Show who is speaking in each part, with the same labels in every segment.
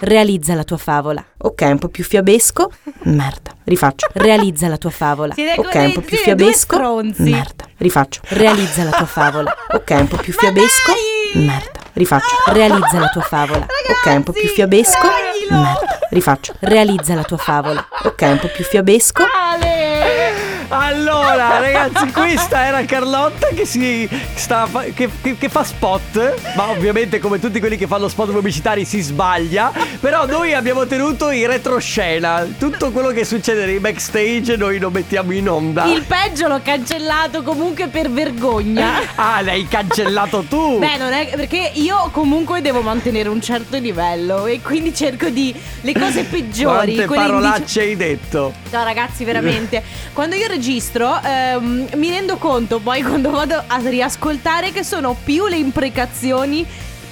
Speaker 1: Realizza la tua favola.
Speaker 2: Ok, un po' più fiabesco. Merda, rifaccio.
Speaker 1: Realizza la tua favola.
Speaker 3: Siete
Speaker 2: Ok,
Speaker 3: così-
Speaker 2: un po' più
Speaker 3: siete due
Speaker 2: fiabesco.
Speaker 3: stronzi.
Speaker 2: Merda, rifaccio.
Speaker 1: Realizza la tua favola.
Speaker 2: Ok, un po' più fiabesco.
Speaker 3: dai!
Speaker 2: Merda, rifaccio.
Speaker 1: Realizza la tua favola.
Speaker 2: Ok, un po' più
Speaker 3: Ragazzi,
Speaker 2: fiabesco.
Speaker 3: toglilo!
Speaker 2: Merda, rifaccio.
Speaker 1: Realizza la tua favola.
Speaker 2: Ok, un po' più fiabesco.
Speaker 4: Allora, ragazzi, questa era Carlotta che si sta fa- che, che- che fa spot, ma ovviamente come tutti quelli che fanno spot pubblicitari si sbaglia, però noi abbiamo tenuto in retroscena tutto quello che succede nei backstage noi lo mettiamo in onda.
Speaker 3: Il peggio l'ho cancellato comunque per vergogna.
Speaker 4: Ah, l'hai cancellato tu.
Speaker 3: Beh, non è perché io comunque devo mantenere un certo livello e quindi cerco di le cose peggiori,
Speaker 4: Quante
Speaker 3: quelle indice-
Speaker 4: parolacce hai detto?
Speaker 3: No, ragazzi, veramente. Quando io registro, ehm, mi rendo conto poi quando vado a riascoltare che sono più le imprecazioni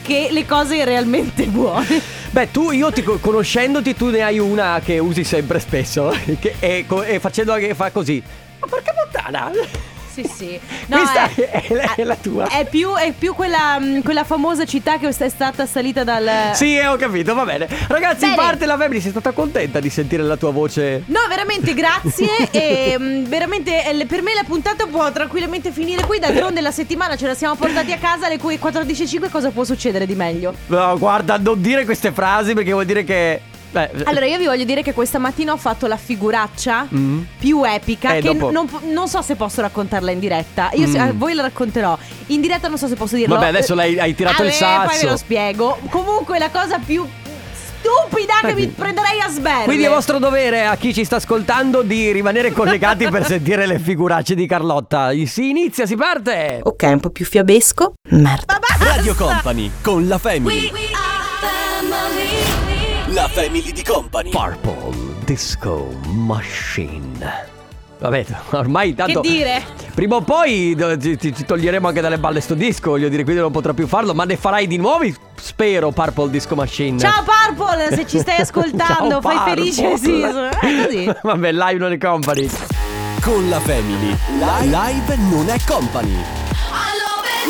Speaker 3: che le cose realmente buone.
Speaker 4: Beh, tu, io ti, co- conoscendoti, tu ne hai una che usi sempre spesso. Che è, co- e facendo anche fa così. Ma porca puttana!
Speaker 3: Sì, sì.
Speaker 4: Questa è la- è la tua.
Speaker 3: eh, È più, è più quella, mm, quella famosa città che è stata salita dal.
Speaker 4: Sì, eh, ho capito, va bene. Ragazzi,
Speaker 3: Bene.
Speaker 4: parte la family, sei stata contenta di sentire la tua voce?
Speaker 3: No, veramente grazie. e, mm, veramente eh, le- per me la puntata può tranquillamente finire qui. D'altronde la settimana ce la siamo portati a casa, alle cui 14.05 cosa può succedere di meglio?
Speaker 4: No, guarda, non dire queste frasi perché vuol dire che... Beh, eh,
Speaker 3: Allora, io vi voglio dire che questa mattina ho fatto la figuraccia più epica.
Speaker 4: Mm. Eh,
Speaker 3: che
Speaker 4: dopo. Mm.
Speaker 3: non, po- non so se posso raccontarla in diretta. Io se- a voi la racconterò. In diretta non so se posso dirlo.
Speaker 4: Vabbè, adesso
Speaker 3: Eh,
Speaker 4: l'hai- hai tirato il
Speaker 3: vabbè, Poi
Speaker 4: sasso.
Speaker 3: ve lo spiego. Comunque, la cosa più stupida che mi prenderei a sberle.
Speaker 4: Eh, Quindi è vostro dovere a chi ci sta ascoltando di rimanere collegati per sentire le figuracce di Carlotta. Si inizia, si parte!
Speaker 2: Ok, un po' più fiabesco. Merda.
Speaker 5: Radio Company con la Family. La Family di Company.
Speaker 4: Purple Disco Machine. Vabbè, ormai tanto...
Speaker 3: Che dire?
Speaker 4: Prima o poi do- ci, ci- ci toglieremo anche dalle balle sto disco, voglio dire, quindi non potrà più farlo, ma ne farai di nuovi, spero, Purple Disco Machine.
Speaker 3: Ciao Purple, se ci stai ascoltando,
Speaker 4: Ciao,
Speaker 3: fai
Speaker 4: Purple.
Speaker 3: felice. Sì, è così.
Speaker 4: Vabbè, live non è company.
Speaker 5: Con la Family. Live, live non è company.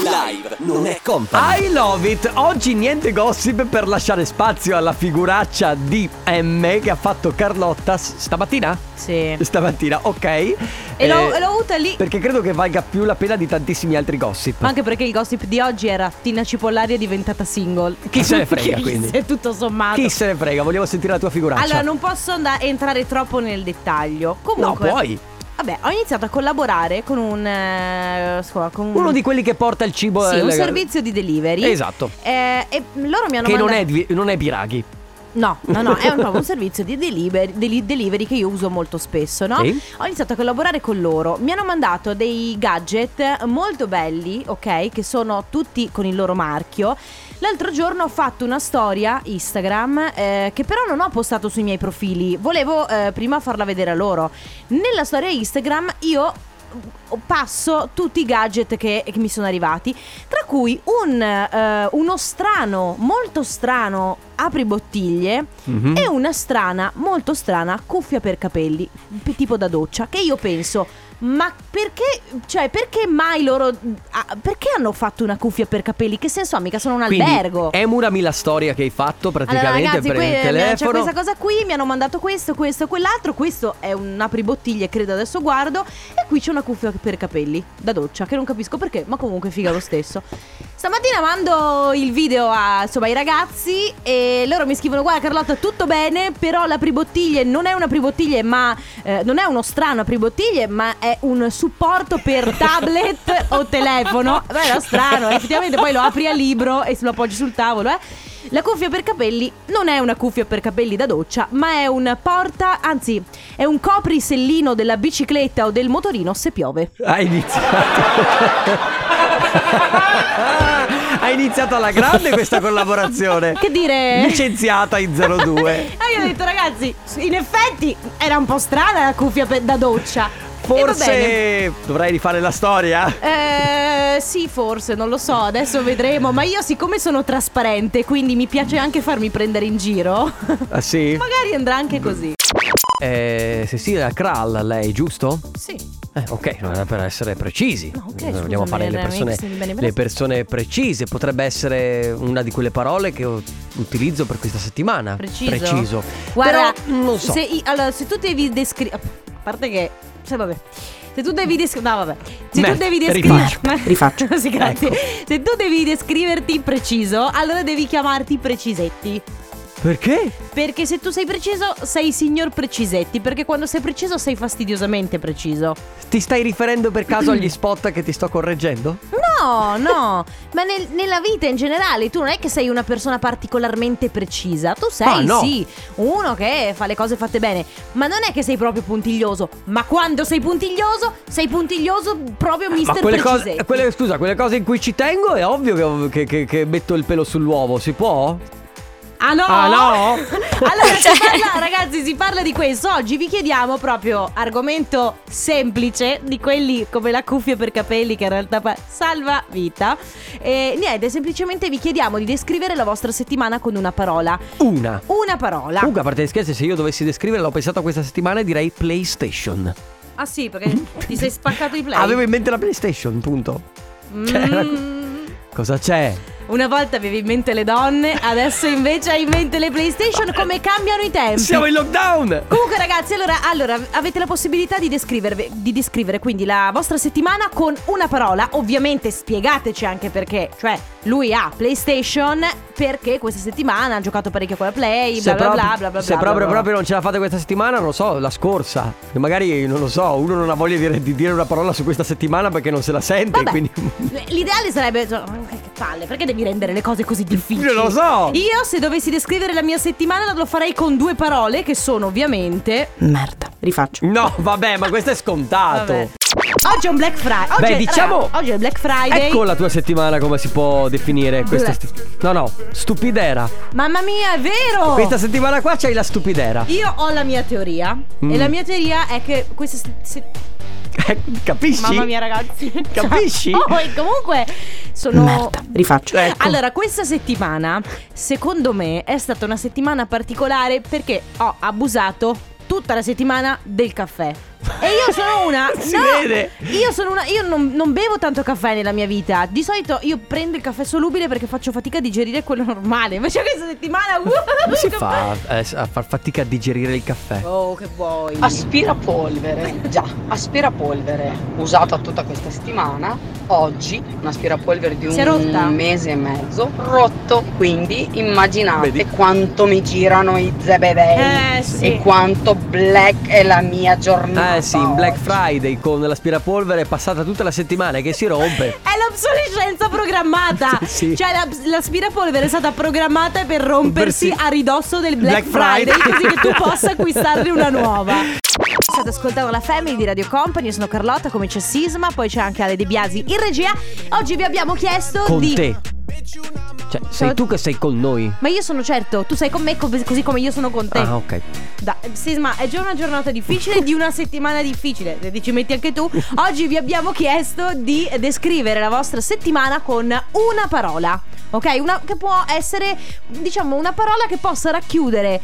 Speaker 5: Live non è company.
Speaker 4: I love it. Oggi niente gossip per lasciare spazio alla figuraccia di M che ha fatto Carlotta s- stamattina?
Speaker 3: Sì.
Speaker 4: Stamattina, ok. E Eh,
Speaker 3: l'ho- e l'ho avuta lì.
Speaker 4: Perché credo che valga più la pena di tantissimi altri gossip.
Speaker 3: Ma anche perché il gossip di oggi era Tina Cipollari è diventata single.
Speaker 4: Chi se ne frega, quindi?
Speaker 3: Se tutto sommato.
Speaker 4: Chi se ne frega, vogliamo sentire la tua figuraccia.
Speaker 3: Allora, non posso andare, entrare troppo nel dettaglio.
Speaker 4: no,
Speaker 3: Comunque,
Speaker 4: puoi.
Speaker 3: Vabbè, ho iniziato a collaborare con un. eh, scusa, con un-
Speaker 4: Uno di quelli che porta il cibo
Speaker 3: Sì,
Speaker 4: alle-
Speaker 3: un servizio di delivery.
Speaker 4: Esatto.
Speaker 3: Eh, e loro mi hanno
Speaker 4: Che
Speaker 3: mandato.
Speaker 4: non è, di- non è Biraghi.
Speaker 3: No, no, no, è un, proprio un servizio di delivery, deli- delivery che io uso molto spesso, no?
Speaker 4: Sì.
Speaker 3: Ho iniziato a collaborare con loro. Mi hanno mandato dei gadget molto belli, ok? Che sono tutti con il loro marchio. L'altro giorno ho fatto una storia Instagram eh, che però non ho postato sui miei profili. Volevo eh, prima farla vedere a loro. Nella storia Instagram io passo tutti i gadget che, che mi sono arrivati, tra cui un, eh, uno strano, molto strano apribottiglie e una strana, molto strana cuffia per capelli, p- tipo da doccia, che io penso, ma perché, cioè, perché mai loro, ah, perché hanno fatto una cuffia per capelli? Che senso ha? Mica sono un
Speaker 4: Quindi
Speaker 3: albergo.
Speaker 4: emulami la storia che hai fatto
Speaker 3: Allora
Speaker 4: praticamente
Speaker 3: ragazzi,
Speaker 4: per
Speaker 3: qui,
Speaker 4: il
Speaker 3: eh, c'è
Speaker 4: telefono.
Speaker 3: questa cosa qui, mi hanno mandato questo, questo, quell'altro, questo è un apribottiglie, credo adesso guardo, e qui c'è una cuffia per capelli da doccia, che non capisco perché, ma comunque figa lo stesso. Stamattina mando il video a, insomma, ai ragazzi e loro mi scrivono, guarda Carlotta, tutto bene, però l'apribottiglie non è un apribottiglie, ma eh, non è uno strano apribottiglie, ma è un supporto per tablet o telefono. Beh, era strano, effettivamente poi lo apri a libro e lo appoggi sul tavolo, eh. La cuffia per capelli non è una cuffia per capelli da doccia, ma è un porta, anzi, è un coprisellino della bicicletta o del motorino se piove.
Speaker 4: Hai iniziato. Hai iniziato alla grande questa collaborazione.
Speaker 3: Che dire?
Speaker 4: Licenziata in 02.
Speaker 3: E io ho detto, ragazzi, in effetti era un po' strana la cuffia per- da doccia. E va bene.
Speaker 4: Forse dovrai rifare la storia.
Speaker 3: Eh, sì, forse, non lo so, adesso vedremo. Ma io, siccome sono trasparente, quindi mi piace anche farmi prendere in giro,
Speaker 4: Ah sì?
Speaker 3: magari andrà anche così.
Speaker 4: Eh, se sì, la Kral lei, giusto?
Speaker 3: Sì.
Speaker 4: Eh, ok, non era per essere precisi.
Speaker 3: No, ok,
Speaker 4: Noi
Speaker 3: scusami,
Speaker 4: Vogliamo fare le
Speaker 3: era
Speaker 4: persone,
Speaker 3: mix di bene
Speaker 4: le
Speaker 3: presto.
Speaker 4: persone precise. Potrebbe essere una di quelle parole che ho- utilizzo per questa settimana.
Speaker 3: Preciso?
Speaker 4: Preciso.
Speaker 3: Guarda,
Speaker 4: Però, mm, non so.
Speaker 3: se, i- allora, se tu devi descrivere. A parte che. Se vabbè. Se tu devi descrivere. No, vabbè. Se
Speaker 4: Beh,
Speaker 3: tu devi
Speaker 4: rifaccio,
Speaker 3: descriverti.
Speaker 2: rifaccio.
Speaker 3: sì, grazie.
Speaker 4: Ecco.
Speaker 3: Se tu devi descriverti preciso, allora devi chiamarti precisetti.
Speaker 4: Perché?
Speaker 3: Perché se tu sei preciso, sei signor precisetti. Perché quando sei preciso, sei fastidiosamente preciso.
Speaker 4: Ti stai riferendo per caso agli spot che ti sto correggendo?
Speaker 3: No, no. Ma nel- nella vita in generale, tu non è che sei una persona particolarmente precisa. Tu sei,
Speaker 4: Ah, no.
Speaker 3: sì, uno che fa le cose fatte bene. Ma non è che sei proprio puntiglioso. Ma quando sei puntiglioso, sei puntiglioso proprio mister
Speaker 4: Ma quelle
Speaker 3: Precisetti.
Speaker 4: cose, quelle- scusa, quelle cose in cui ci tengo è ovvio che, che- che- che metto il pelo sull'uovo, si può?
Speaker 3: Ah no?
Speaker 4: Ah, no?
Speaker 3: allora, si parla- ragazzi, si parla di questo. Oggi vi chiediamo proprio argomento semplice di quelli come la cuffia per capelli che in realtà fa- salva vita. E niente, semplicemente vi chiediamo di descrivere la vostra settimana con una parola.
Speaker 4: Una.
Speaker 3: Una parola.
Speaker 4: Comunque, a parte gli scherzi, se io dovessi descriverla, l'ho pensato questa settimana e direi PlayStation.
Speaker 3: Ah sì, perché ti sei spaccato i play.
Speaker 4: Avevo in mente la PlayStation, punto. cioè, era-
Speaker 3: Mm.
Speaker 4: Cosa c'è?
Speaker 3: Una volta avevi in mente le donne, adesso invece hai in mente le PlayStation. Come cambiano i tempi?
Speaker 4: Siamo in lockdown!
Speaker 3: Comunque ragazzi, allora, allora, avete la possibilità di, descrivervi- di descrivere quindi la vostra settimana con una parola. Ovviamente spiegateci anche perché, cioè lui ha PlayStation perché questa settimana ha giocato parecchio con la Play, bla
Speaker 4: Se
Speaker 3: bla
Speaker 4: proprio-
Speaker 3: bla bla bla.
Speaker 4: se
Speaker 3: bla,
Speaker 4: proprio,
Speaker 3: bla, bla.
Speaker 4: proprio non ce la fate questa settimana, non lo so, la scorsa. Che Magari, non lo so, uno non ha voglia di, di dire una parola su questa settimana perché non se la sente.
Speaker 3: Vabbè.
Speaker 4: Quindi.
Speaker 3: L'ideale sarebbe... cioè, Che palle, perché devi rendere le cose così difficili?
Speaker 4: Io lo so!
Speaker 3: Io se dovessi descrivere la mia settimana lo farei con due parole che sono ovviamente...
Speaker 2: Merda. Rifaccio.
Speaker 4: No, vabbè, ma questo è scontato.
Speaker 3: Vabbè. Oggi è un Black Friday. Oggi
Speaker 4: Esatto. Beh,
Speaker 3: è-
Speaker 4: diciamo-
Speaker 3: raga, oggi è Black Friday.
Speaker 4: Ecco la tua settimana come si può definire questa
Speaker 3: Bla-
Speaker 4: sti- No, no, stupidera.
Speaker 3: Mamma mia, è vero!
Speaker 4: Questa settimana qua c'hai la stupidera.
Speaker 3: Oh. Io ho la mia teoria.
Speaker 4: Mm.
Speaker 3: E la mia teoria è che questa. se- se-
Speaker 4: Eh, Capisci?
Speaker 3: Mamma mia, ragazzi.
Speaker 4: Capisci?
Speaker 3: Oh, e comunque sono.
Speaker 2: Merda. Rifaccio.
Speaker 4: Ecco.
Speaker 3: Allora, questa settimana, secondo me, è stata una settimana particolare perché ho abusato tutta la settimana del caffè. E io sono una.
Speaker 4: Si
Speaker 3: no,
Speaker 4: vede.
Speaker 3: Io sono una. Io non, non bevo tanto caffè nella mia vita. Di solito io prendo il caffè solubile perché faccio fatica a digerire quello normale. Invece questa settimana. uh,
Speaker 4: Come si
Speaker 3: caffè-
Speaker 4: fa a, eh, a far fatica a digerire il caffè?
Speaker 3: Oh, che vuoi.
Speaker 6: Aspirapolvere, già, aspirapolvere usata tutta questa settimana, oggi un aspirapolvere di
Speaker 3: Si è rotta?
Speaker 6: un mese e mezzo, rotto, quindi immaginate
Speaker 4: Vedi?
Speaker 6: quanto mi girano i zebedei
Speaker 3: Eh, sì.
Speaker 6: e quanto black è la mia giornata.
Speaker 4: Eh sì, in Black
Speaker 6: oggi.
Speaker 4: Friday con l'aspirapolvere è passata tutta la settimana che si rompe.
Speaker 3: È l'obsolescenza programmata.
Speaker 4: Sì, sì.
Speaker 3: Cioè la, l'aspirapolvere è stata programmata per rompersi
Speaker 4: Rompersi.
Speaker 3: a ridosso del Black,
Speaker 4: Black Friday.
Speaker 3: Friday, così che tu possa acquistarne una nuova. State ascoltando la Family di Radio Company, io sono Carlotta, come c'è Sisma, poi c'è anche Ale De Biasi in regia. Oggi vi abbiamo chiesto
Speaker 4: Con
Speaker 3: di
Speaker 4: te. Cioè, sei tu che sei con noi.
Speaker 3: Ma io sono certo, tu sei con me co- così come io sono con te.
Speaker 4: Ah, ok.
Speaker 3: Da- Sisma, è già una giornata difficile, di una settimana difficile, se ci metti anche tu. Oggi vi abbiamo chiesto di descrivere la vostra settimana con una parola, ok? Una che può essere, diciamo, una parola che possa racchiudere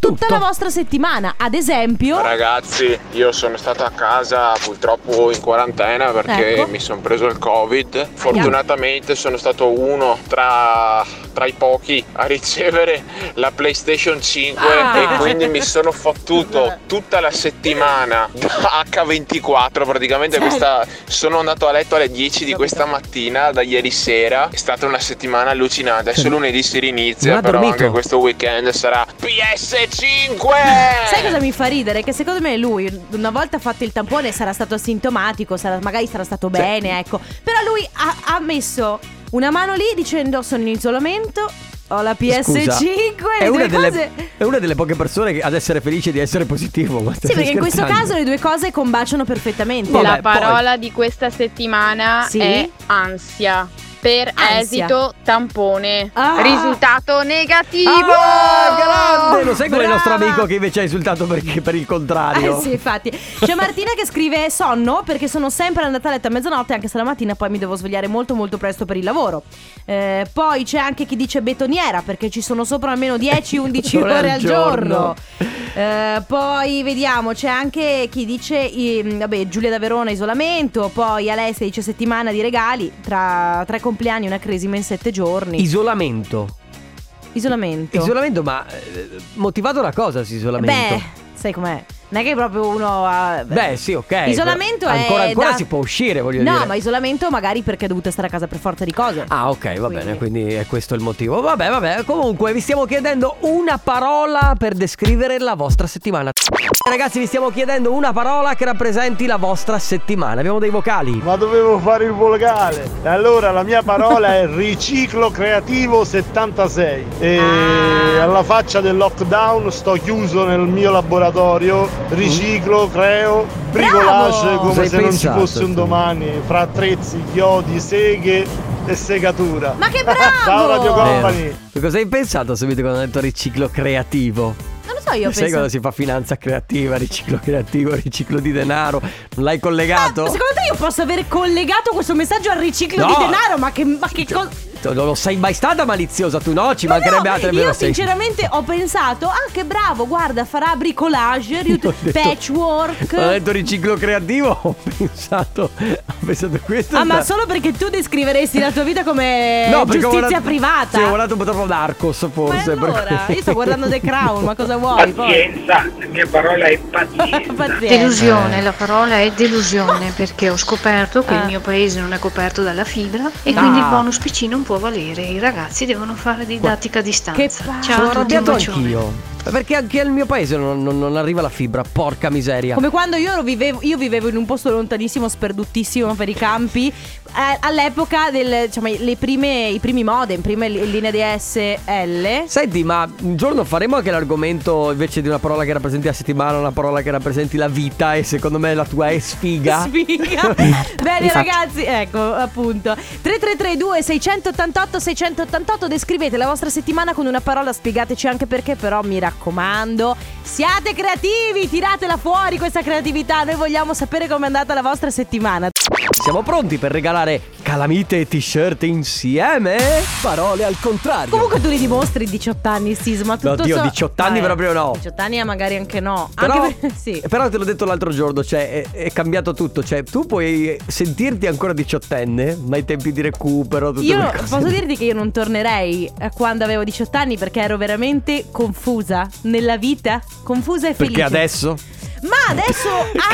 Speaker 3: tutta
Speaker 4: Tutto.
Speaker 3: la vostra settimana. Ad esempio,
Speaker 7: Ragazzi, io sono stato a casa purtroppo in quarantena perché
Speaker 3: Ecco.
Speaker 7: mi sono preso il Covid. Fortunatamente sono stato uno tra, tra i pochi a ricevere la PlayStation 5
Speaker 3: Ah.
Speaker 7: e quindi mi sono fottuto tutta la settimana da H24 praticamente
Speaker 3: Certo.
Speaker 7: questa sono andato a letto alle 10 di questa mattina da ieri sera. È stata una settimana allucinante. Adesso lunedì si
Speaker 4: Non
Speaker 7: rinizia,
Speaker 4: ha
Speaker 7: però
Speaker 4: dormito.
Speaker 7: anche questo weekend sarà PS5.
Speaker 3: sai cosa mi fa ridere? Che secondo me lui, una volta fatto il tampone, sarà stato asintomatico, sarà- magari sarà stato bene, ecco. Però lui ha, ha messo una mano lì dicendo sono in isolamento. Ho la PS5
Speaker 4: Scusa,
Speaker 3: le
Speaker 4: è una,
Speaker 3: due
Speaker 4: delle,
Speaker 3: cose...
Speaker 4: è una delle poche persone che- ad essere felice di essere positivo. ma
Speaker 3: Sì,
Speaker 4: stai
Speaker 3: perché in questo
Speaker 4: scherzando?
Speaker 3: caso le due cose combaciano perfettamente.
Speaker 4: Vabbè,
Speaker 8: la parola di questa settimana
Speaker 3: Sì?
Speaker 8: è ansia. Per
Speaker 3: Ansia.
Speaker 8: esito tampone.
Speaker 3: Ah.
Speaker 8: Risultato negativo.
Speaker 4: Ah, grande! Lo sai quel
Speaker 8: Brava.
Speaker 4: nostro amico che invece ha insultato perché- per il contrario?
Speaker 3: Eh sì, infatti. C'è Martina che scrive sonno perché sono sempre andata a letto a mezzanotte, anche se la mattina poi mi devo svegliare molto molto presto per il lavoro. Eh, poi c'è anche chi dice betoniera perché ci sono sopra almeno 10-11
Speaker 4: Ore al
Speaker 3: ore al giorno.
Speaker 4: giorno.
Speaker 3: Eh, poi vediamo, c'è anche chi dice, ehm, vabbè, Giulia da Verona isolamento, poi Alessia dice settimana di regali, tra tre compleanni una cresima in sette giorni.
Speaker 4: Isolamento.
Speaker 3: isolamento.
Speaker 4: Isolamento, ma eh, motivato da cosa questo isolamento?
Speaker 3: Beh, sai com'è? Non è che proprio uno ha...
Speaker 4: Beh, sì, ok.
Speaker 3: Isolamento è
Speaker 4: ancora, Ancora
Speaker 3: da-
Speaker 4: si può uscire, voglio
Speaker 3: no,
Speaker 4: dire.
Speaker 3: ma isolamento magari perché è dovuta stare a casa per forza di cose.
Speaker 4: Ah, ok, va
Speaker 3: Quindi-
Speaker 4: bene, quindi è questo il motivo. Vabbè, vabbè. Comunque, vi stiamo chiedendo una parola per descrivere la vostra settimana. Ragazzi, vi stiamo chiedendo una parola che rappresenti la vostra settimana. Abbiamo dei vocali.
Speaker 9: Ma dovevo fare il volgare. E Allora la mia parola è riciclo creativo 76. E
Speaker 3: Ah.
Speaker 9: alla faccia del lockdown sto chiuso nel mio laboratorio. Riciclo, creo, bricolage
Speaker 3: Bravo!
Speaker 9: come
Speaker 4: Sei
Speaker 9: se
Speaker 4: pensato,
Speaker 9: non ci fosse
Speaker 4: sì.
Speaker 9: un domani. Fra attrezzi, chiodi, seghe e segatura.
Speaker 3: Ma che bravo!
Speaker 9: Ciao Radio Company!
Speaker 4: Vero. Eh, Tu Cosa hai pensato subito quando ho detto riciclo creativo?
Speaker 3: Non lo so, io
Speaker 4: Sai
Speaker 3: penso...
Speaker 4: quando si fa finanza creativa, riciclo creativo, riciclo di denaro? Non l'hai collegato?
Speaker 3: Ma Ah, secondo te io posso aver collegato questo messaggio al riciclo
Speaker 4: No.
Speaker 3: di denaro? Ma che, ma che cosa...
Speaker 4: Non lo sei mai stata maliziosa, tu no? Ci
Speaker 3: Ma
Speaker 4: mancherebbe
Speaker 3: no,
Speaker 4: altro.
Speaker 3: io
Speaker 4: almeno sei-
Speaker 3: sinceramente ho pensato, ah che bravo, guarda, farà bricolage, riut-
Speaker 4: Ho detto-
Speaker 3: patchwork.
Speaker 4: Ho detto riciclo creativo, ho pensato, ho pensato questo.
Speaker 3: Ah, ma
Speaker 4: sta-
Speaker 3: solo perché tu descriveresti la tua vita come
Speaker 4: No, perché ho
Speaker 3: giustizia
Speaker 4: guardato-
Speaker 3: privata.
Speaker 4: Sì, ho guardato un po' troppo Narcos,
Speaker 3: ma
Speaker 4: forse. per
Speaker 3: allora,
Speaker 4: cui-
Speaker 3: io sto guardando The Crown, ma cosa vuoi? Poi?
Speaker 7: la mia parola è
Speaker 3: Oh, Pazienza.
Speaker 4: Eh.
Speaker 10: Delusione, la parola è delusione perché ho scoperto che
Speaker 3: Ah.
Speaker 10: il mio paese non è coperto dalla fibra e
Speaker 3: No.
Speaker 10: quindi il bonus PC non può valere, i ragazzi devono fare didattica a distanza.
Speaker 3: palle.
Speaker 10: Ciao
Speaker 4: Sono
Speaker 10: a tutti, un
Speaker 4: arrabbiato
Speaker 10: bacione.
Speaker 4: anch'io. Perché anche al mio paese non, non- non arriva la fibra, porca miseria.
Speaker 3: Come quando io ero- vivevo, io vivevo in un posto lontanissimo, sperduttissimo per i campi, eh, all'epoca del, diciamo, le prime, i primi modem, prime li- linee DSL.
Speaker 4: Senti, ma un giorno faremo anche l'argomento invece di una parola che rappresenti la settimana, una parola che rappresenti la vita e secondo me la tua è sfiga.
Speaker 3: Sfiga.
Speaker 2: Mi
Speaker 3: Bene
Speaker 2: faccio.
Speaker 3: ragazzi, ecco appunto 3332 688 688 descrivete la vostra settimana con una parola, spiegateci anche perché però mi raccomando, siate creativi, tiratela fuori questa creatività, noi vogliamo sapere com'è andata la vostra settimana.
Speaker 4: Siamo pronti per regalare calamite e t-shirt insieme?
Speaker 5: Parole al contrario.
Speaker 3: Comunque tu li dimostri 18 anni Sisma, tutto
Speaker 4: Oddio,
Speaker 3: so-
Speaker 4: 18 anni
Speaker 3: Vabbè,
Speaker 4: proprio no.
Speaker 3: 18 anni eh, magari anche no,
Speaker 4: Però, eh,
Speaker 3: anche per- sì.
Speaker 4: però te l'ho detto l'altro giorno, cioè è, è cambiato tutto, cioè tu puoi sentirti ancora diciottenne, ma i tempi di recupero, tutto
Speaker 3: Io posso dirti che io non tornerei a quando avevo 18 anni perché ero veramente confusa nella vita, confusa e felice.
Speaker 4: Perché adesso?
Speaker 3: Ma adesso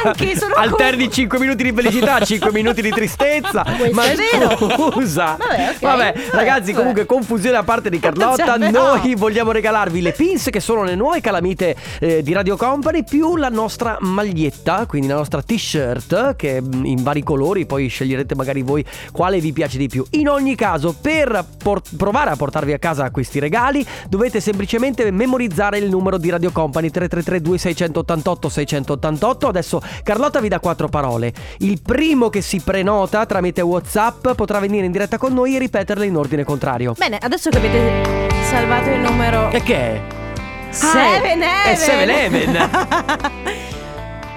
Speaker 3: anche sono
Speaker 4: Alterni
Speaker 3: con-
Speaker 4: 5 minuti di felicità, 5 minuti di tristezza.
Speaker 3: Questo
Speaker 4: ma
Speaker 3: è vero.
Speaker 4: scusa.
Speaker 3: Vabbè, ok.
Speaker 4: Vabbè,
Speaker 3: Vabbè,
Speaker 4: ragazzi,
Speaker 3: vabbè.
Speaker 4: comunque confusione a parte di Carlotta.
Speaker 3: Cioè, però-
Speaker 4: Noi vogliamo regalarvi le pins che sono le nuove calamite eh, di Radio Company più la nostra maglietta, quindi la nostra t-shirt che mm, in vari colori, poi sceglierete magari voi quale vi piace di più. In ogni caso, per por- provare a portarvi a casa questi regali, dovete semplicemente memorizzare il numero di Radio Company 333 2688 688. Adesso Carlotta vi dà quattro parole. Il primo che si prenota tramite WhatsApp potrà venire in diretta con noi e ripeterle in ordine contrario.
Speaker 3: Bene, adesso che avete salvato il numero
Speaker 4: E che è?
Speaker 3: Seven
Speaker 4: È Eh, Seven Eleven.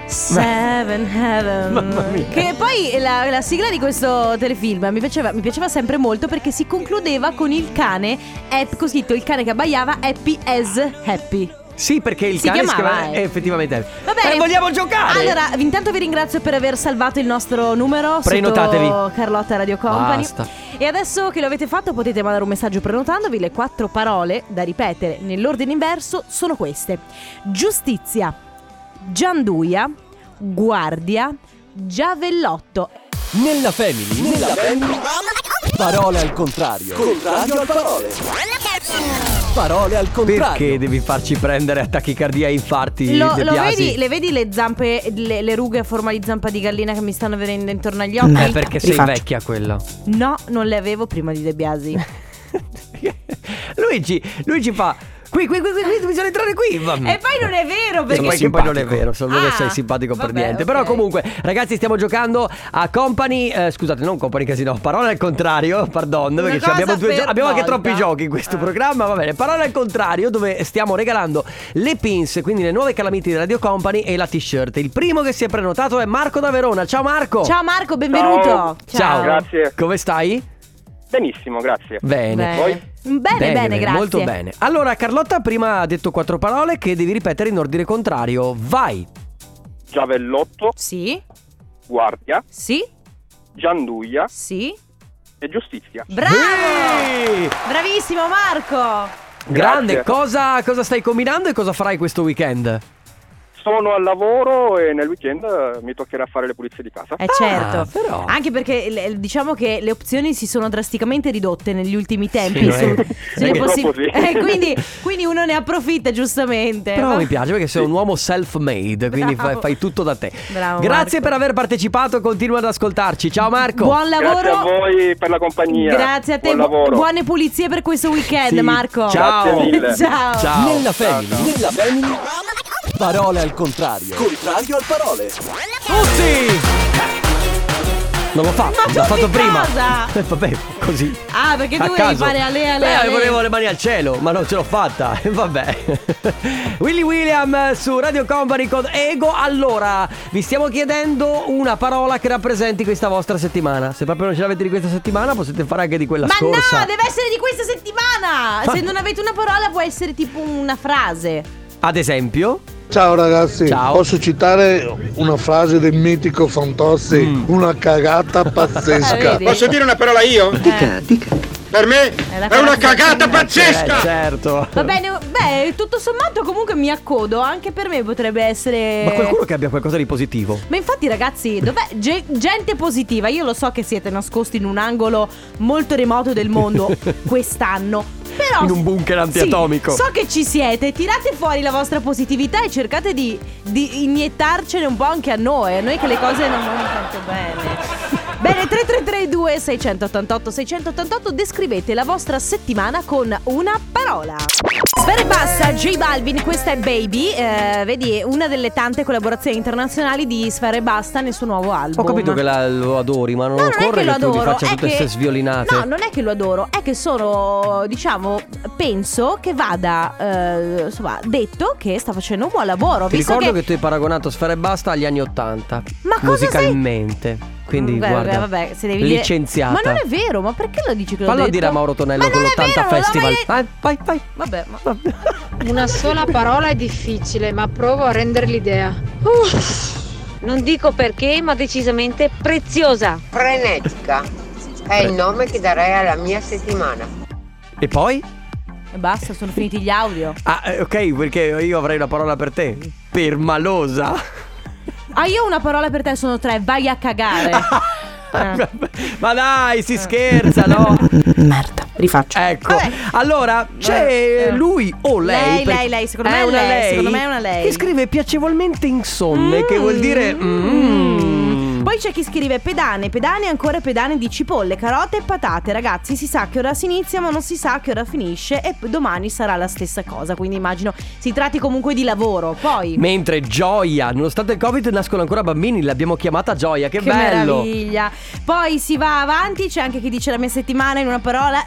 Speaker 3: Seven Heaven
Speaker 4: Mamma mia.
Speaker 3: Che poi la, la sigla di questo telefilm mi piaceva, mi piaceva sempre molto perché si concludeva con il cane happy, con scritto il cane che abbaiava happy as happy
Speaker 4: Sì, perché il
Speaker 3: Si
Speaker 4: cane
Speaker 3: chiamava,
Speaker 4: si chiama
Speaker 3: eh.
Speaker 4: effettivamente.
Speaker 3: Va bene.
Speaker 4: Eh, vogliamo giocare.
Speaker 3: Allora, intanto vi ringrazio per aver salvato il nostro numero. sotto
Speaker 4: Prenotatevi.
Speaker 3: Carlotta Radio Company.
Speaker 4: Basta.
Speaker 3: E adesso che lo avete fatto potete mandare un messaggio prenotandovi. Le quattro parole da ripetere nell'ordine inverso sono queste. Giustizia, gianduia, guardia, giavellotto.
Speaker 5: Nella family. Nella family. Parole al contrario. Contrario al parole. Parole al contrario.
Speaker 4: perché devi farci prendere attacchi cardia e infarti?
Speaker 3: Lo,
Speaker 4: De
Speaker 3: lo
Speaker 4: Biasi?
Speaker 3: vedi, le vedi le zampe, le, le rughe a forma di zampa di gallina che mi stanno venendo intorno agli occhi?
Speaker 4: Eh, perché sei
Speaker 2: Rifaccio.
Speaker 4: vecchia quella.
Speaker 3: No, non le avevo prima di De Biasi.
Speaker 4: Luigi, Luigi fa. Qui, qui, qui, qui, qui, bisogna entrare qui. Vabbè.
Speaker 3: e poi non è vero
Speaker 4: Perché
Speaker 3: perché...
Speaker 4: poi non è vero, solo che
Speaker 3: Ah,
Speaker 4: sei simpatico per
Speaker 3: vabbè,
Speaker 4: niente.
Speaker 3: ok.
Speaker 4: Però comunque, ragazzi, stiamo giocando a Company. eh, scusate, non Company Casino, parola al contrario, pardon.
Speaker 3: Una
Speaker 4: Perché ci
Speaker 3: cosa
Speaker 4: abbiamo, due
Speaker 3: per
Speaker 4: gio- abbiamo anche
Speaker 3: volta.
Speaker 4: troppi giochi in questo
Speaker 3: Ah.
Speaker 4: programma. Va bene, parola al contrario, dove stiamo regalando le pins, quindi le nuove calamite di Radio Company e la t-shirt. Il primo che si è prenotato è Marco da Verona. Ciao Marco!
Speaker 3: Ciao Marco, benvenuto.
Speaker 4: Ciao. Come stai?
Speaker 9: Benissimo, grazie.
Speaker 4: Bene.
Speaker 3: Bene. Mm, Bene, bene, grazie.
Speaker 4: Molto bene. Allora, Carlotta prima ha detto quattro parole che devi ripetere in ordine contrario. Vai.
Speaker 11: Giavellotto,
Speaker 3: Sì,
Speaker 11: Guardia,
Speaker 3: sì,
Speaker 11: Gianduia
Speaker 3: sì.
Speaker 11: e Giustizia.
Speaker 3: Bravo! Bravissimo Marco!
Speaker 4: Grande, cosa, cosa stai combinando e cosa farai questo weekend?
Speaker 3: Eh,
Speaker 11: Sono al lavoro e nel weekend eh, mi toccherà fare le pulizie di casa.
Speaker 3: Eh certo,
Speaker 4: Ah, però.
Speaker 3: anche perché le- diciamo che le opzioni si sono drasticamente ridotte negli ultimi tempi.
Speaker 4: no, eh.
Speaker 3: sulle
Speaker 4: Eh,
Speaker 3: possi-
Speaker 4: purtroppo sì.
Speaker 3: Eh, quindi, quindi uno ne approfitta giustamente.
Speaker 4: Però
Speaker 3: Ma-
Speaker 4: mi piace perché sei un uomo self-made, quindi fa-
Speaker 3: Bravo.
Speaker 4: fai, tutto da te.
Speaker 3: Bravo, Marco.
Speaker 4: Grazie per aver partecipato, continua ad ascoltarci. Ciao Marco.
Speaker 3: Buon lavoro. Grazie a
Speaker 11: voi per la compagnia.
Speaker 3: Grazie a te, bu- buone pulizie per questo weekend
Speaker 5: Sì,
Speaker 3: Marco.
Speaker 5: grazie mille.
Speaker 3: Ciao.
Speaker 5: Ciao. Nella
Speaker 4: family,
Speaker 5: nella family. Parole al contrario. Contrario al parole.
Speaker 4: Non lo fa,
Speaker 3: Ma
Speaker 4: l'ha
Speaker 3: tu
Speaker 4: fatto
Speaker 3: di
Speaker 4: prima.
Speaker 3: cosa?
Speaker 4: Eh, Vabbè, così.
Speaker 3: Ah, perché
Speaker 4: a
Speaker 3: tu volevi
Speaker 4: caso.
Speaker 3: fare a lei, a
Speaker 4: Beh,
Speaker 3: lei, a lei.
Speaker 4: volevo le mani al cielo, ma non ce l'ho fatta. E Vabbè. Willy William eh, su Radio Company con Ego. Allora, vi stiamo chiedendo una parola che rappresenti questa vostra settimana. Se proprio non ce l'avete di questa settimana, potete fare anche di quella
Speaker 3: Ma
Speaker 4: scorsa.
Speaker 3: no, deve essere di questa settimana. Se non avete una parola può essere tipo una frase.
Speaker 4: Ad esempio,
Speaker 12: Ciao ragazzi, posso citare una frase del mitico Fantozzi?
Speaker 4: Mm.
Speaker 12: Una cagata
Speaker 3: Ah,
Speaker 12: pazzesca.
Speaker 13: Posso dire una parola io?
Speaker 12: Dica,
Speaker 13: Per me
Speaker 3: Ecco. Eh. È la
Speaker 13: è una
Speaker 3: frase
Speaker 13: cagata
Speaker 3: del
Speaker 13: pazzesca!
Speaker 4: Eh, certo.
Speaker 3: Va bene, beh, tutto sommato comunque mi accodo, anche per me potrebbe essere...
Speaker 4: Ma qualcuno che abbia qualcosa di positivo.
Speaker 3: Ma infatti ragazzi, dov'è ge- gente positiva? Io lo so che siete nascosti in un angolo molto remoto del mondo quest'anno, però...
Speaker 4: In un bunker
Speaker 3: Sì,
Speaker 4: antiatomico.
Speaker 3: so che ci siete, tirate fuori la vostra positività e cercate di, di iniettarcene un po' anche a noi, a noi che le cose non vanno tanto bene. Bene, 3332 688 688 descrivete la vostra settimana con una parola. Sfera e basta, J Balvin, questa è Baby, eh, vedi, è una delle tante collaborazioni internazionali di Sfera e Basta nel suo nuovo album.
Speaker 4: Ho capito che la- lo adori, ma non
Speaker 3: Boh, No, non è
Speaker 4: occorre
Speaker 3: che
Speaker 4: che,
Speaker 3: lo
Speaker 4: tu ti
Speaker 3: adoro,
Speaker 4: faccia
Speaker 3: è
Speaker 4: tutte
Speaker 3: che-
Speaker 4: queste sviolinate.
Speaker 3: No, non è che lo adoro, è che sono, diciamo, penso che vada, eh, insomma, detto che sta facendo un buon lavoro.
Speaker 4: Ti
Speaker 3: visto
Speaker 4: ricordo che...
Speaker 3: che...
Speaker 4: tu hai paragonato Sfera e Basta agli anni 80.
Speaker 3: Ma cosa
Speaker 4: musicalmente. Quindi
Speaker 3: Vabbè,
Speaker 4: guarda.
Speaker 3: vabbè, vabbè, se devi dire-
Speaker 4: licenziata.
Speaker 3: Ma non è vero, ma perché lo dici che l'ho
Speaker 4: Fallo
Speaker 3: detto?
Speaker 4: dire a Mauro Tonello
Speaker 3: Ma
Speaker 4: con
Speaker 3: non è
Speaker 4: l'80
Speaker 3: vero, non l'ho
Speaker 4: Festival. Ah.
Speaker 3: mai
Speaker 4: Vai, vai, vai.
Speaker 3: Vabbè, ma...
Speaker 14: Una sola parola è difficile, ma provo a rendere l'idea.
Speaker 10: Uh.
Speaker 14: non dico perché, ma decisamente preziosa.
Speaker 15: Frenetica è il nome che darei alla mia settimana.
Speaker 4: E poi?
Speaker 3: E basta, sono finiti gli audio.
Speaker 4: Ah, eh, ok, perché io avrei una parola per te. Permalosa.
Speaker 3: Ah, io ho una parola per te, sono tre, vai a cagare. Eh.
Speaker 4: Ma dai, si scherza, no?
Speaker 2: Merda, rifaccio.
Speaker 4: Ecco. Allora, c'è lui o lei.
Speaker 3: eh. Lei, lei, lei, secondo me è
Speaker 4: una
Speaker 3: lei, secondo me è una lei.
Speaker 4: Che scrive piacevolmente insonne, che vuol dire. mm.
Speaker 3: Mm. Poi c'è chi scrive pedane, pedane, ancora pedane di cipolle, carote e patate. Ragazzi, si sa che ora si inizia, ma non si sa che ora finisce. E p- domani sarà la stessa cosa. Quindi immagino si tratti comunque di lavoro. Poi.
Speaker 4: Mentre Gioia, nonostante il Covid, nascono ancora bambini. L'abbiamo chiamata Gioia, che,
Speaker 3: Che
Speaker 4: bello.
Speaker 3: meraviglia! Poi si va avanti, c'è anche chi dice la mia settimana in una parola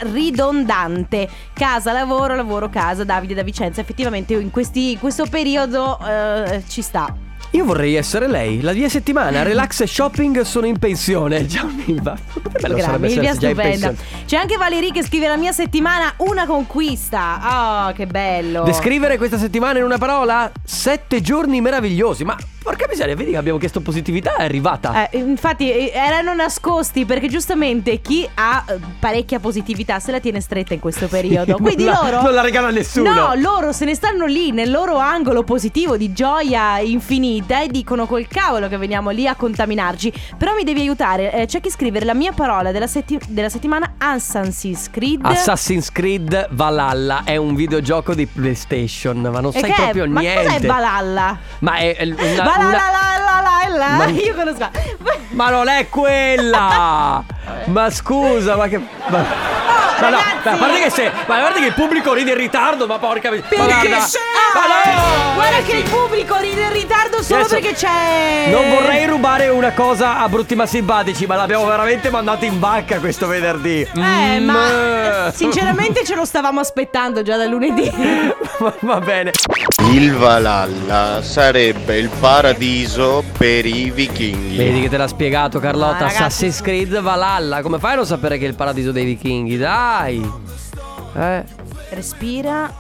Speaker 3: ridondante. Casa, lavoro, lavoro, casa, Davide da Vicenza. Effettivamente in, questi- in questo periodo eh, ci sta.
Speaker 4: Io vorrei essere lei. La mia settimana, relax e shopping, sono in pensione. Già Milva. Che bello
Speaker 3: Grazie,
Speaker 4: sarebbe
Speaker 3: Milvia
Speaker 4: essere già in
Speaker 3: stupenda.
Speaker 4: pensione.
Speaker 3: C'è anche Valerie che scrive la mia settimana una conquista. Oh, che bello.
Speaker 4: Descrivere questa settimana in una parola? Sette giorni meravigliosi. Ma porca miseria, vedi che abbiamo chiesto positività, è arrivata.
Speaker 3: Eh, infatti eh, erano nascosti perché giustamente chi ha eh, parecchia positività se la tiene stretta in questo periodo.
Speaker 4: Non
Speaker 3: Quindi
Speaker 4: la-
Speaker 3: loro
Speaker 4: non la regala a nessuno.
Speaker 3: No, loro se ne stanno lì nel loro angolo positivo di gioia infinita e dicono col cavolo che veniamo lì a contaminarci. Però mi devi aiutare, eh, c'è chi scrivere la mia parola della, setti- della settimana Assassin's Creed.
Speaker 4: Assassin's Creed Valhalla è un videogioco di PlayStation, ma non
Speaker 3: E
Speaker 4: sai
Speaker 3: che è-
Speaker 4: proprio
Speaker 3: ma
Speaker 4: niente.
Speaker 3: cos'è Valhalla?
Speaker 4: Ma è è una-
Speaker 3: Va la
Speaker 4: una-
Speaker 3: la la la la la.
Speaker 4: Ma-
Speaker 3: Io conosco.
Speaker 4: Ma non è quella! ma scusa, ma che. Ma... ma no, ma a parte che se. Ma a parte che il pubblico ride in ritardo, ma porca miseria. Ma guarda.
Speaker 3: Ah, Guarda che il pubblico ride in ritardo solo
Speaker 4: Adesso-
Speaker 3: perché c'è.
Speaker 4: Non vorrei rubare una cosa a brutti ma simpatici, ma l'abbiamo veramente mandato in banca questo venerdì.
Speaker 3: Eh,
Speaker 4: Mm.
Speaker 3: ma sinceramente ce lo stavamo aspettando già da lunedì.
Speaker 4: Va- Va bene.
Speaker 16: Il Valhalla sarebbe il paradiso per i vichinghi.
Speaker 4: Vedi che te l'ha spiegato Carlotta,
Speaker 16: Ma ragazzi,
Speaker 4: Assassin's Creed Valhalla, come fai a non sapere che è il paradiso dei vichinghi? Dai! Eh,
Speaker 3: Respira,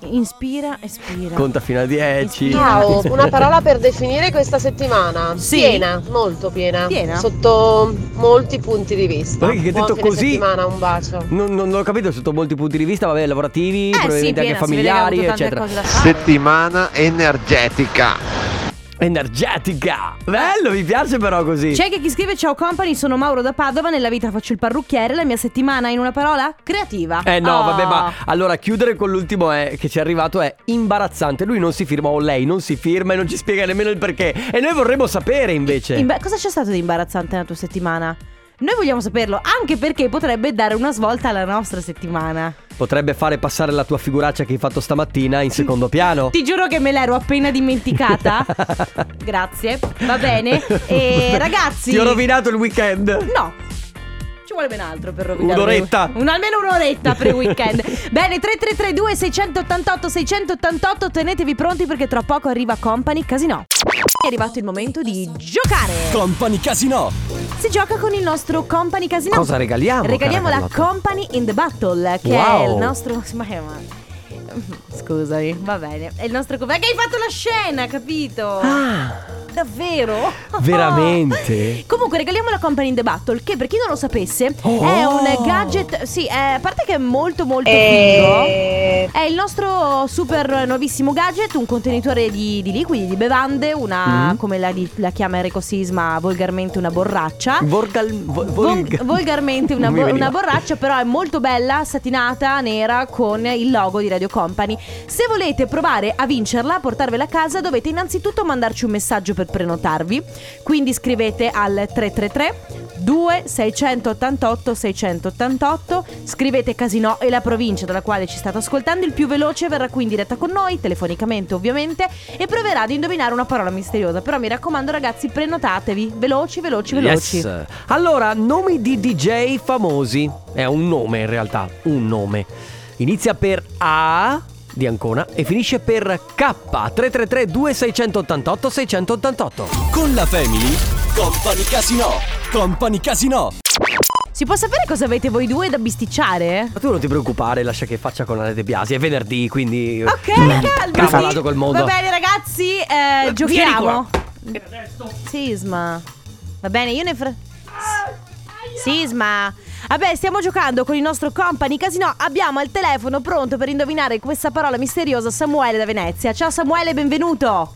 Speaker 3: inspira, espira.
Speaker 4: conta fino a 10.
Speaker 15: Ciao, una parola per definire questa settimana.
Speaker 3: Sì.
Speaker 15: Piena, molto piena.
Speaker 3: Piena.
Speaker 15: Sotto molti punti di vista.
Speaker 4: Guarda che
Speaker 15: Buon
Speaker 4: detto
Speaker 15: fine
Speaker 4: così-
Speaker 15: settimana, un bacio. Eh,
Speaker 4: Non, non- non ho capito sotto molti punti di vista, vabbè, lavorativi,
Speaker 3: Eh,
Speaker 15: sì,
Speaker 4: probabilmente
Speaker 15: piena,
Speaker 4: anche
Speaker 15: si vede che ha
Speaker 4: familiari,
Speaker 15: avuto tante
Speaker 4: eccetera.
Speaker 15: cose da
Speaker 16: Settimana energetica.
Speaker 4: Energetica! Bello, mi piace però così.
Speaker 3: C'è anche chi scrive Ciao company, sono Mauro da Padova, nella vita faccio il parrucchiere, la mia settimana in una parola creativa.
Speaker 4: Eh no,
Speaker 3: Ah.
Speaker 4: vabbè, ma allora chiudere con l'ultimo è- che ci è arrivato è imbarazzante. Lui non si firma o lei non si firma e non ci spiega nemmeno il perché. E noi vorremmo sapere invece.
Speaker 3: Imba- cosa c'è stato di imbarazzante nella tua settimana? Noi vogliamo saperlo, anche perché potrebbe dare una svolta alla nostra settimana.
Speaker 4: Potrebbe fare passare la tua figuraccia che hai fatto stamattina in secondo piano.
Speaker 3: Ti giuro che me l'ero appena dimenticata. Grazie, va bene. E ragazzi,
Speaker 4: Ti ho rovinato il weekend.
Speaker 3: No. Ci vuole ben altro per rovinare.
Speaker 4: Un'oretta.
Speaker 3: Un, almeno un'oretta per il weekend. Bene, 3332 688 688, tenetevi pronti perché tra poco arriva Company Casino. È arrivato il momento di giocare.
Speaker 5: Company Casino.
Speaker 3: Si gioca con il nostro Company Casino.
Speaker 4: Cosa regaliamo,
Speaker 3: Regaliamo
Speaker 4: cara
Speaker 3: la
Speaker 4: Carlotta?
Speaker 3: Company in the Battle, che è
Speaker 4: Wow.
Speaker 3: il nostro ma che- ma- Scusami, va bene. È il nostro Ma che hai fatto la scena, capito?
Speaker 4: Ah,
Speaker 3: Ah. Davvero?
Speaker 4: Veramente?
Speaker 3: Comunque regaliamo la Company in the Battle che per chi non lo sapesse è
Speaker 4: Oh,
Speaker 3: un gadget, sì, è- a parte che è molto molto
Speaker 6: Eh.
Speaker 15: Eh,
Speaker 14: E-
Speaker 3: figo, è il nostro super nuovissimo gadget, un contenitore di, di liquidi, di bevande, una,
Speaker 4: Mm.
Speaker 3: come la, di- la chiama Enrico Sisma volgarmente una borraccia.
Speaker 4: Vorgal, vo- volg-
Speaker 3: Vol- volgarmente una,
Speaker 4: Mi
Speaker 3: bo-
Speaker 4: veniva.
Speaker 3: una borraccia però è molto bella satinata nera con il logo di Radio Company se volete provare a vincerla portarvela a casa dovete innanzitutto mandarci un messaggio per prenotarvi quindi scrivete al 333 2688 688 scrivete Casino e la provincia dalla quale ci state ascoltando il più veloce verrà qui in diretta con noi telefonicamente ovviamente e proverà ad indovinare una parola misteriosa però mi raccomando ragazzi prenotatevi veloci veloci veloci
Speaker 4: Yes. Allora, nomi di DJ famosi. È un nome in realtà, un nome. Inizia per A di Ancona e finisce per K 333 2688 688.
Speaker 5: Con la family. Company Casino. Company Casino.
Speaker 3: Si può sapere cosa avete voi due da bisticciare?
Speaker 4: Ma tu non ti preoccupare, lascia che faccia con Ale De Biasi. È venerdì, quindi
Speaker 3: Ok, calma.
Speaker 4: cavolato col mondo.
Speaker 3: Va bene, ragazzi, eh, giochiamo. Sisma. Va bene, io ne fra. Sisma. Vabbè, stiamo giocando con il nostro company Casino. Abbiamo il telefono pronto per indovinare questa parola misteriosa Samuele da Venezia. Ciao Samuele, benvenuto.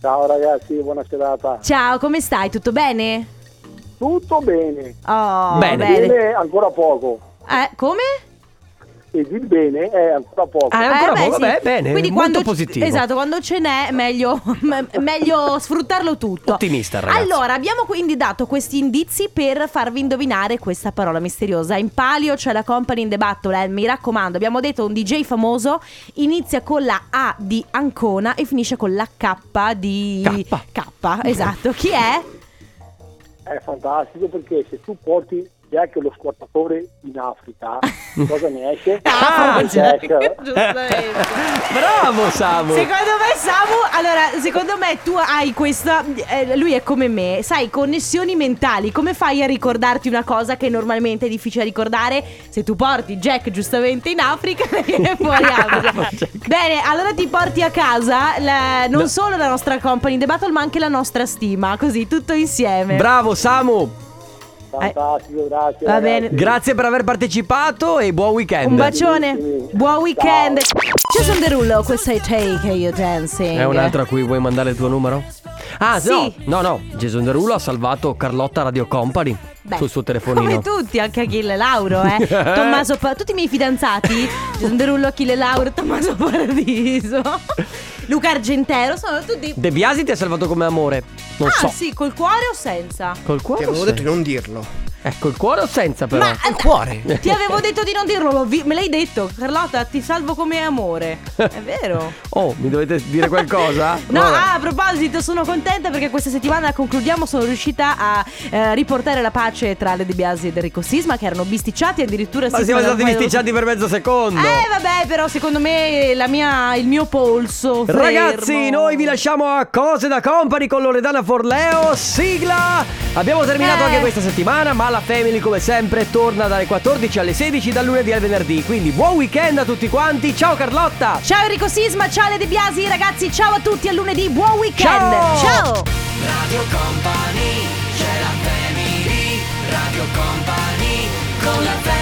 Speaker 17: Ciao ragazzi, buona serata.
Speaker 3: Ciao, come stai? Tutto bene?
Speaker 17: Tutto bene.
Speaker 3: Oh,
Speaker 17: Il
Speaker 3: bene.
Speaker 17: bene è ancora poco.
Speaker 3: Eh, come?
Speaker 17: E il bene è ancora poco.
Speaker 4: Ah, è ancora
Speaker 3: Eh, beh,
Speaker 4: poco,
Speaker 3: sì.
Speaker 4: vabbè, bene,
Speaker 3: Quindi
Speaker 4: molto
Speaker 3: quando-
Speaker 4: positivo.
Speaker 3: Esatto, quando ce n'è meglio, me- meglio sfruttarlo tutto.
Speaker 4: Ottimista, ragazzi.
Speaker 3: Allora, abbiamo quindi dato questi indizi per farvi indovinare questa parola misteriosa. In palio c'è la company in the battle, eh, mi raccomando. Abbiamo detto un DJ famoso, inizia con la A di Ancona e finisce con la K di... K. esatto. Chi è?
Speaker 17: È fantastico perché se tu porti Jack lo squartatore in Africa, cosa ne esce?
Speaker 4: Ah, Jack.
Speaker 3: Giustamente.
Speaker 4: Bravo Samu.
Speaker 3: Secondo me Samu, allora secondo me tu hai questa, eh, lui è come me, sai, connessioni mentali, come fai a ricordarti una cosa che normalmente è difficile ricordare se tu porti Jack giustamente in Africa e viene fuori Africa. Bene, allora ti porti a casa la- non
Speaker 4: No.
Speaker 3: solo la nostra company in the battle ma anche la nostra stima, così tutto insieme.
Speaker 4: Bravo Samu.
Speaker 17: Fantastico, grazie.
Speaker 3: Va
Speaker 17: ragazzi.
Speaker 3: bene.
Speaker 4: Grazie per aver partecipato e buon weekend.
Speaker 3: Eh, Un bacione, buon weekend. Jason Derulo, questo è Take You Dancing.
Speaker 4: È un'altra a cui vuoi mandare il tuo numero? Ah,
Speaker 3: Sì.
Speaker 4: no, no, no. Jason Derulo ha salvato Carlotta Radio Company
Speaker 3: Beh,
Speaker 4: sul suo telefonino.
Speaker 3: Come tutti, anche Achille Lauro, eh. Tommaso Pa- tutti i miei fidanzati, Derulo, Achille Lauro, Tommaso Paradiso, Luca Argentero, sono tutti...
Speaker 4: De Biasi ti ha salvato come amore. Non
Speaker 3: ah
Speaker 4: so.
Speaker 3: sì, col cuore o senza?
Speaker 4: Col cuore.
Speaker 16: Ti avevo detto di
Speaker 4: non dirlo. Eh, col cuore o senza però?
Speaker 3: Ma- eh, Col
Speaker 4: cuore.
Speaker 3: Ti avevo detto di non dirlo, l'ho vi- me l'hai detto. Carlotta, ti salvo come amore. È vero?
Speaker 4: Oh, mi dovete dire qualcosa?
Speaker 3: No,
Speaker 4: Vabbè.
Speaker 3: ah, a proposito, sono contenta perché questa settimana concludiamo. Sono riuscita a eh, riportare la pace tra le De Biasi ed Enrico Sisma, che erano bisticciati addirittura.
Speaker 4: Ma
Speaker 3: Sisma
Speaker 4: siamo
Speaker 3: da un
Speaker 4: stati
Speaker 3: paio-
Speaker 4: vesticciati per mezzo secondo.
Speaker 3: Eh vabbè però secondo me la mia, il mio polso fermo.
Speaker 4: Ragazzi, noi vi lasciamo a Cose da Company con Loredana Forleo, sigla! Abbiamo terminato
Speaker 3: Eh.
Speaker 4: anche questa settimana, ma la Family come sempre torna dalle 14 alle 16 dal lunedì al venerdì. Quindi buon weekend a tutti quanti. Ciao Carlotta!
Speaker 3: Ciao Enrico Sisma, ciao Ale De Biasi, ragazzi, ciao a tutti, a lunedì, buon weekend!
Speaker 4: Ciao!
Speaker 3: ciao.
Speaker 18: Radio Company, c'è la family, Radio Company, con la family.